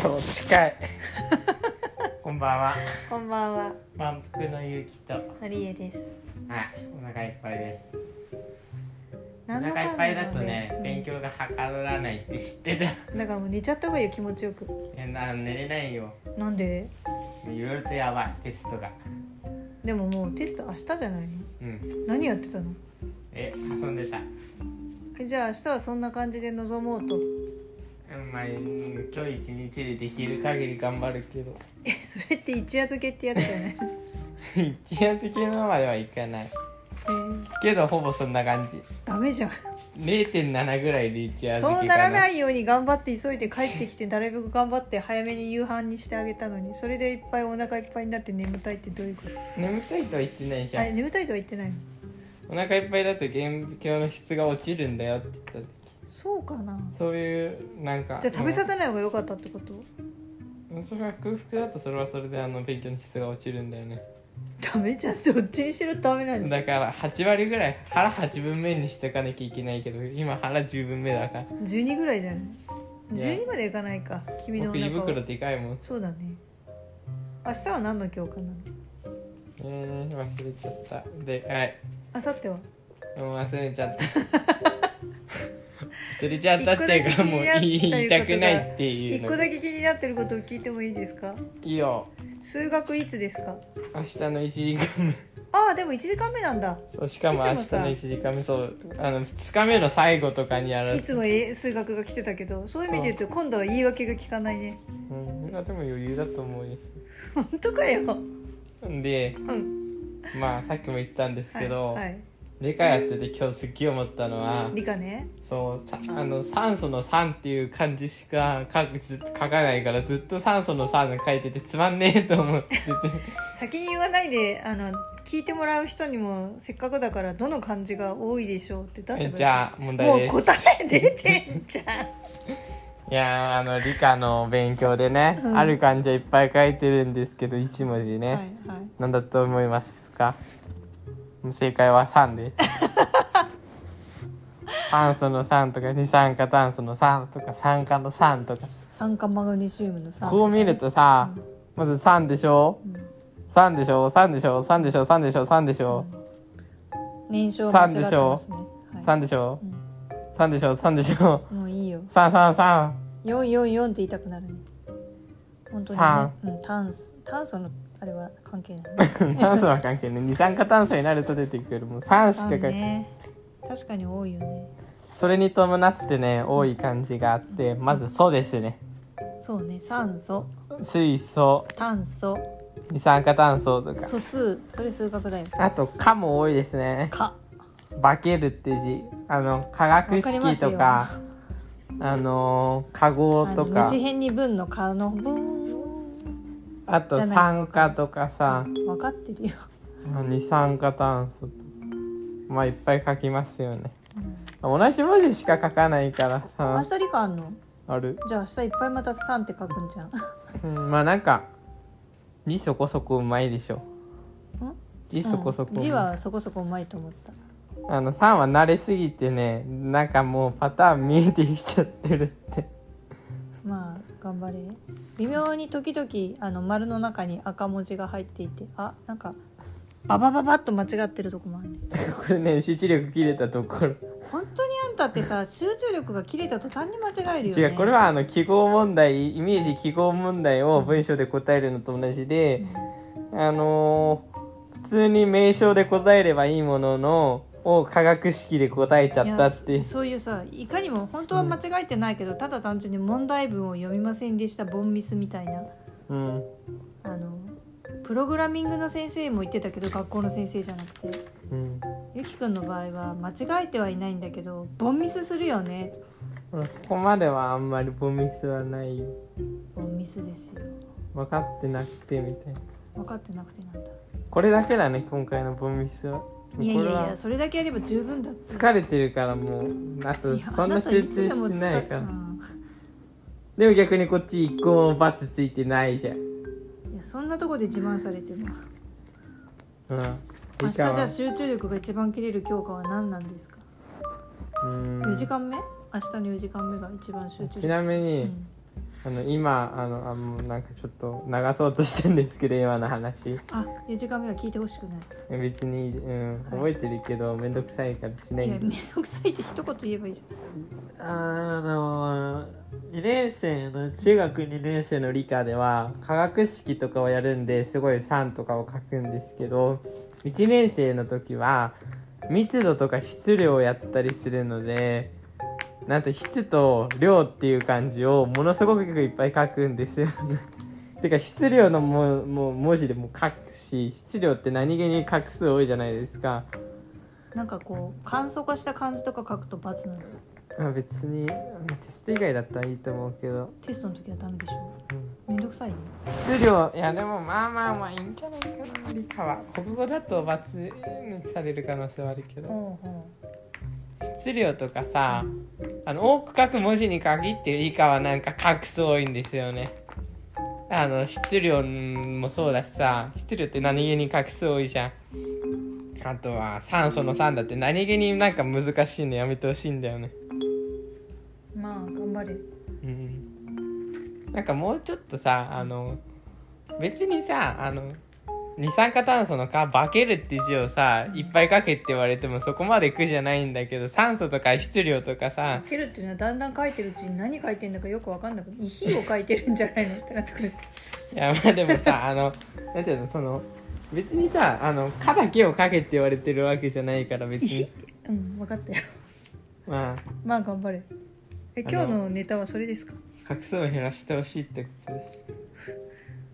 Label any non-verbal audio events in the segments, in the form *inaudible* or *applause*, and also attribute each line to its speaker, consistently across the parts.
Speaker 1: 超近 *laughs* いこんばんは
Speaker 2: こんばんは、
Speaker 1: 満腹のゆうきとはい
Speaker 2: のりえです。
Speaker 1: お腹いっぱいですお
Speaker 2: なんだ
Speaker 1: 腹いっぱいだとね
Speaker 2: かんだ
Speaker 1: 勉
Speaker 2: で
Speaker 1: 強がはかどらないって知ってた *laughs* い
Speaker 2: うんだからもう寝ちゃった方がいいよ、気持ちよく。
Speaker 1: やな寝れないよ
Speaker 2: なんで
Speaker 1: いろいろとやばいテストが
Speaker 2: でももうテスト明日じゃない
Speaker 1: うん
Speaker 2: 何やってたの
Speaker 1: え遊んでた
Speaker 2: えじゃあ明日はそんな感じで臨もうと。
Speaker 1: うんまあうん今日一日でできる限り頑張るけど *laughs*
Speaker 2: え、それって一夜漬けってやつじゃない
Speaker 1: 一夜漬けのまではいかない
Speaker 2: えー、
Speaker 1: けどほぼそんな感じ
Speaker 2: ダメじゃん。
Speaker 1: 0.7ぐらいで一夜漬けかな
Speaker 2: そうならないように頑張って急いで帰ってきて、なるべく頑張って早めに夕飯にしてあげたのに、それでいっぱいお腹いっぱいになって眠たいってどういうこと
Speaker 1: 眠たいとは言ってないじゃ
Speaker 2: あれ
Speaker 1: ん
Speaker 2: 眠たいとは言ってないの
Speaker 1: お腹いっぱいだと勉強の質が落ちるんだよって言った
Speaker 2: そうかな
Speaker 1: そういうなんか
Speaker 2: じゃあ食べさせない方が良かったってこと
Speaker 1: うんそれは空腹だとそれはそれであの勉強の質が落ちるんだよね
Speaker 2: ダメじゃん、どっちにしろダメなんじゃん。
Speaker 1: だから8割ぐらい腹8分目にしとかなきゃいけないけど今腹10分目だから
Speaker 2: 12ぐらいじゃない
Speaker 1: ね
Speaker 2: 12までいかないか君のお
Speaker 1: 僕胃
Speaker 2: 腹は
Speaker 1: 袋でかいもん
Speaker 2: そうだね明日は何の教科なの
Speaker 1: えー、忘れちゃったではい
Speaker 2: 明後日は
Speaker 1: もう忘れちゃった
Speaker 2: *laughs*
Speaker 1: 忘れちゃったっていうか
Speaker 2: 一個だけ気
Speaker 1: もう
Speaker 2: になった
Speaker 1: 言いたくないってい
Speaker 2: 一
Speaker 1: う
Speaker 2: 個
Speaker 1: の
Speaker 2: だけ気になってることを聞いてもいいですか
Speaker 1: いいよ
Speaker 2: 数学いつですか
Speaker 1: 明日の1時間目
Speaker 2: ああでも1時間目なんだ
Speaker 1: そうしかも
Speaker 2: いつ
Speaker 1: 明
Speaker 2: も
Speaker 1: 日
Speaker 2: さ
Speaker 1: の1時間目そうあの2日目の最後とかにやら
Speaker 2: い
Speaker 1: れ
Speaker 2: つもえ数学が来てたけどそういう意味で言うと今度は言い訳が聞かないね
Speaker 1: うん、いやでも余裕だと思うよ
Speaker 2: 本当かよ
Speaker 1: で
Speaker 2: うん
Speaker 1: まあさっきも言ったんです
Speaker 2: はい
Speaker 1: けど、
Speaker 2: はい
Speaker 1: 理科やってて今日すっげえ思ったのは、
Speaker 2: 理科ね
Speaker 1: そうさあの酸素の酸っていう漢字しか書くず書かないからずっと酸素の酸書いててつまんねえと思ってて
Speaker 2: 先に言わないであの聞いてもらう人にもせっかくだからどの漢字が多いでしょうって出せばい
Speaker 1: え
Speaker 2: い
Speaker 1: *laughs* じゃあ問題
Speaker 2: もう
Speaker 1: です
Speaker 2: 答え出てんじゃん
Speaker 1: いやーあの理科の勉強でね、
Speaker 2: うん
Speaker 1: ある漢字はいっぱい書いてるんですけど1文字ね、
Speaker 2: はいはい
Speaker 1: なんだと思いますか正解は酸
Speaker 2: *laughs*
Speaker 1: です酸素の酸とか二酸化炭素の酸とか酸化の酸とか
Speaker 2: 酸化マグネシウムの酸
Speaker 1: こう見るとさ、まず酸でしょ
Speaker 2: うん
Speaker 1: 酸でしょ酸でしょ酸でしょ酸でしょ酸でしょ
Speaker 2: 燃焼間違ってますねは
Speaker 1: 酸でしょ
Speaker 2: うん
Speaker 1: 酸でしょ酸でしょ
Speaker 2: い、もういいよ
Speaker 1: 酸酸酸
Speaker 2: 444って言いたくなるね本
Speaker 1: 酸
Speaker 2: 当にね、うん、炭素炭素のあれは関係ない
Speaker 1: *laughs* 酸素は関係ない二酸化炭素になると出てくるもう酸しか書いて
Speaker 2: 酸ね確かに多いよね
Speaker 1: それに伴ってね多い漢字があってまず「素」ですね
Speaker 2: そうね酸素
Speaker 1: 水素
Speaker 2: 炭素
Speaker 1: 二酸化炭素とか
Speaker 2: 素数それ数学だよ
Speaker 1: あと「か」も多いですね
Speaker 2: か
Speaker 1: 「化ける」って字あの化学式とか
Speaker 2: わか
Speaker 1: あのー化合
Speaker 2: あ
Speaker 1: と
Speaker 2: の
Speaker 1: か
Speaker 2: 虫変に分のかの分
Speaker 1: あと
Speaker 2: じゃない
Speaker 1: 酸化とかさ
Speaker 2: 分かってるよ
Speaker 1: まあ二酸化炭素とかまあいっぱい書きますよね、同じ文字しか書かないから
Speaker 2: 明
Speaker 1: さ
Speaker 2: 日理科あんの
Speaker 1: ある、
Speaker 2: じゃあ明日いっぱいまた3って書くんじゃん
Speaker 1: うん、まあなんか字そこそこうまいでしょ
Speaker 2: ん
Speaker 1: 字そこそこう
Speaker 2: うん
Speaker 1: まい、
Speaker 2: 字はそこそこうまいと思った
Speaker 1: あの3は慣れすぎてねなんかもうパターン見えてきちゃってるって
Speaker 2: まあ頑張れ微妙に時々あの丸の中に赤文字が入っていてあなんかババババッと間違ってるとこもあるね
Speaker 1: これね集中力切れたところ
Speaker 2: 本当にあんたっ
Speaker 1: *laughs*
Speaker 2: てさ集中力が切れた途端に間違えるよね
Speaker 1: 違うこれはあの記号問題イメージ記号問題を文章で答えるのと同じで、あのー普通に名称で答えればいいもののを化学式で答えちゃったってい
Speaker 2: いうやそそういうさいかにも本当は間違えてないけど、ただ単純に問題文を読みませんでしたボンミスみたいな
Speaker 1: うん
Speaker 2: あのプログラミングの先生も言ってたけど学校の先生じゃなくて
Speaker 1: うん
Speaker 2: ゆきくんの場合は間違えてはいないんだけどボンミスするよね
Speaker 1: ここまではあんまりボミスはないよ
Speaker 2: ボンミスですよ
Speaker 1: 分かってなくてみたいな
Speaker 2: 分かってなくてなんだ
Speaker 1: これだけだね今回のボミスはい
Speaker 2: やい
Speaker 1: これ
Speaker 2: やい
Speaker 1: は
Speaker 2: やそれだけやれば十分だって
Speaker 1: 疲れてるからもうあと
Speaker 2: いや
Speaker 1: そんな集中してないか
Speaker 2: あ
Speaker 1: ら
Speaker 2: たつでも
Speaker 1: でも逆にこっち一個もバツついてないじゃん
Speaker 2: 疲れうんいやそんなとこで自慢されても
Speaker 1: うん
Speaker 2: 明日
Speaker 1: い
Speaker 2: じ
Speaker 1: かん
Speaker 2: ゃあ集中力が一番切れる教科は何なんですか
Speaker 1: うん
Speaker 2: 4時間目明日の4時間目が一番集中
Speaker 1: ちな
Speaker 2: 力
Speaker 1: みに、
Speaker 2: うん
Speaker 1: あの今あのあもうなんかちょっと流そうとしてんですけど今の話
Speaker 2: あ四時間目は聞いてほしくない
Speaker 1: 別に、うん、覚えてるけどめんどくさいからしないい
Speaker 2: や
Speaker 1: んで
Speaker 2: めんどくさいって一言言えばいいじ
Speaker 1: あの2年生の中学2年生の理科では化学式とかをやるんですごい酸とかを書くんですけど1年生の時は密度とか質量をやったりするのでなんと質と量っていう漢字をものすごくいっぱい書くんですよ。 *laughs* てか質量のももう文字でも書くし質量って何気に画数多いじゃないですか。
Speaker 2: ゃんなんかこう簡素化した漢字とか書くと罰なの
Speaker 1: まあ、別にあのテスト以外だったらいいと思うけど。
Speaker 2: テストの時はダメでしょ
Speaker 1: うん
Speaker 2: めんどくさいね
Speaker 1: 質量いやでもまあまあまあいいんじゃないかな理科は国語だと罰にされる可能性はあるけど
Speaker 2: ほうほ
Speaker 1: 質量とかさあの多く書く文字に限って理科はなんか画数多いんですよねあの質量もそうだしさ質量って何気に画数多いじゃんあとは酸素の酸だって何気になんか難しいのやめてほしいんだよね
Speaker 2: うまあ頑張れ
Speaker 1: うんなんかもうちょっとさあの別にさあの二酸化炭素の「化」「化ける」って字をさいっぱい書けって言われてもそこまで苦じゃないんだけど酸素とか質量とかさ
Speaker 2: 書けるっていうのはだんだん書いてるうちに何書いてんだかよくわかんなくて「いひ」を書いてるんじゃないのってなってくる
Speaker 1: いやまあでもさあのなんていうのその別にさあの「化」だけを書けって言われてるわけじゃないから別
Speaker 2: いひっ
Speaker 1: に
Speaker 2: てうん分かったよ *laughs*
Speaker 1: ま
Speaker 2: まあ頑張れえ
Speaker 1: あの
Speaker 2: 今日のネタはそれですか
Speaker 1: あ画数を減らしてほしいってことで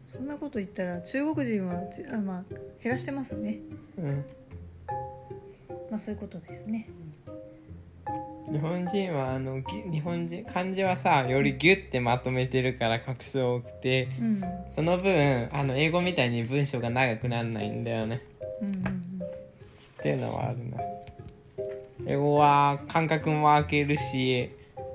Speaker 1: す
Speaker 2: そんなこと言ったら中国人はつあまあ減らしてますね
Speaker 1: うん
Speaker 2: まあそういうことですね
Speaker 1: 日本人はあのぎ日本人漢字はさよりギュッてまとめてるから画数多くて、
Speaker 2: うん
Speaker 1: その分あの英語みたいに文章が長くならないんだよね
Speaker 2: うんうん
Speaker 1: っていうのはあるな英語は間隔も空けるし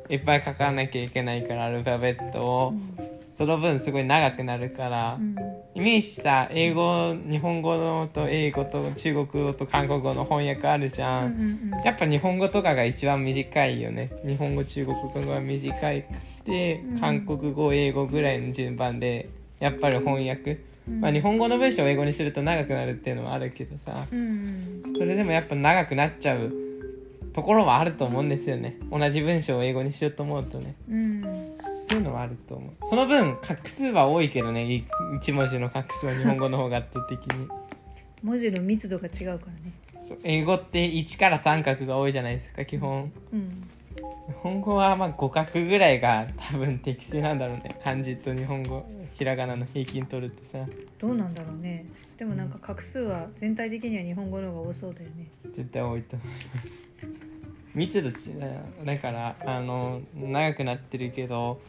Speaker 1: いっぱい書かなきゃいけないからアルファベット
Speaker 2: う
Speaker 1: を
Speaker 2: ん
Speaker 1: その分すごい長くなるから
Speaker 2: うん
Speaker 1: イメージさ英語日本語のと英語と中国語と韓国語の翻訳あるじ
Speaker 2: うん
Speaker 1: ゃ
Speaker 2: うんん
Speaker 1: やっぱ日本語とかが一番短いよね日本語中国語が短いで
Speaker 2: うん
Speaker 1: 韓国語英語ぐらいの順番でやっぱり翻訳
Speaker 2: うん
Speaker 1: まあ、日本語の文章を英語にすると長くなるっていうのはあるけどさ
Speaker 2: うんうん
Speaker 1: それでもやっぱ長くなっちゃうところはあると思うんですよね同じ文章を英語にしようと思うとね
Speaker 2: うん
Speaker 1: っていうのはあると思うその分画数は多いけどねい一文字の画数は日本語の方が圧倒的に
Speaker 2: 文字の密度が違うからね
Speaker 1: そう英語って1から3画が多いじゃないですか基本
Speaker 2: うん
Speaker 1: 日本語はまあ5画ぐらいが多分適正なんだろうね漢字と日本語ひらがなの平均取るとさ
Speaker 2: どうなんだろうねでもなんか画数は全体的には日本語の方が多そうだよね
Speaker 1: 絶対多いと思う密度ちだからあの長くなってるけど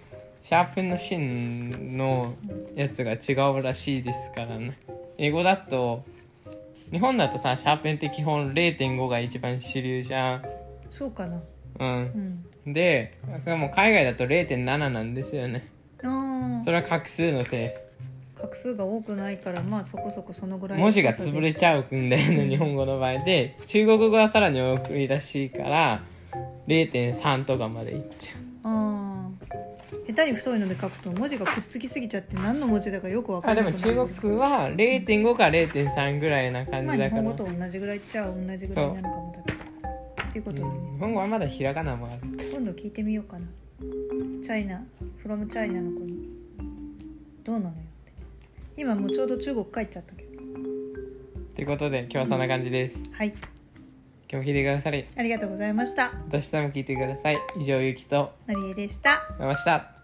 Speaker 1: シャープの芯のやつが違うらしいですからね英語だと日本だとさシャープンって基本0.5が一番主流じゃん
Speaker 2: そうかな
Speaker 1: うん
Speaker 2: うん
Speaker 1: でもう海外だと0.7なんですよね
Speaker 2: あ
Speaker 1: それは画数のせ
Speaker 2: あ画数が多くないからまあそこそこそのぐ
Speaker 1: い
Speaker 2: らい
Speaker 1: 文字が潰れちゃうんだよね日本語の場合で中国語はさらに多いらしいから0.3とかまでいっちゃう
Speaker 2: あー下手に太いので書くと文字がくっつきすぎちゃって何の文字だかよくわか
Speaker 1: あ
Speaker 2: ん
Speaker 1: で
Speaker 2: なくな
Speaker 1: も
Speaker 2: る
Speaker 1: 中国は0.5か0.3ぐらいな感
Speaker 2: まあ
Speaker 1: じ
Speaker 2: 日
Speaker 1: だか
Speaker 2: 本
Speaker 1: ら、
Speaker 2: 語と同じぐらいっちゃ同じぐらいなのかもだけどっていうこ
Speaker 1: うん
Speaker 2: とでね
Speaker 1: 日、本語はまだひらがなもある
Speaker 2: 今度聞いてみようかなチャイナフロムチャイナの子にどうなのよって今もうちょうど中国帰っちゃったけど
Speaker 1: ってことで今日はそんな感じです
Speaker 2: はい
Speaker 1: 今日も聞いてくださり
Speaker 2: ありがとうございました
Speaker 1: 明日も聞いてください以上ゆうきと
Speaker 2: のりえでした
Speaker 1: ました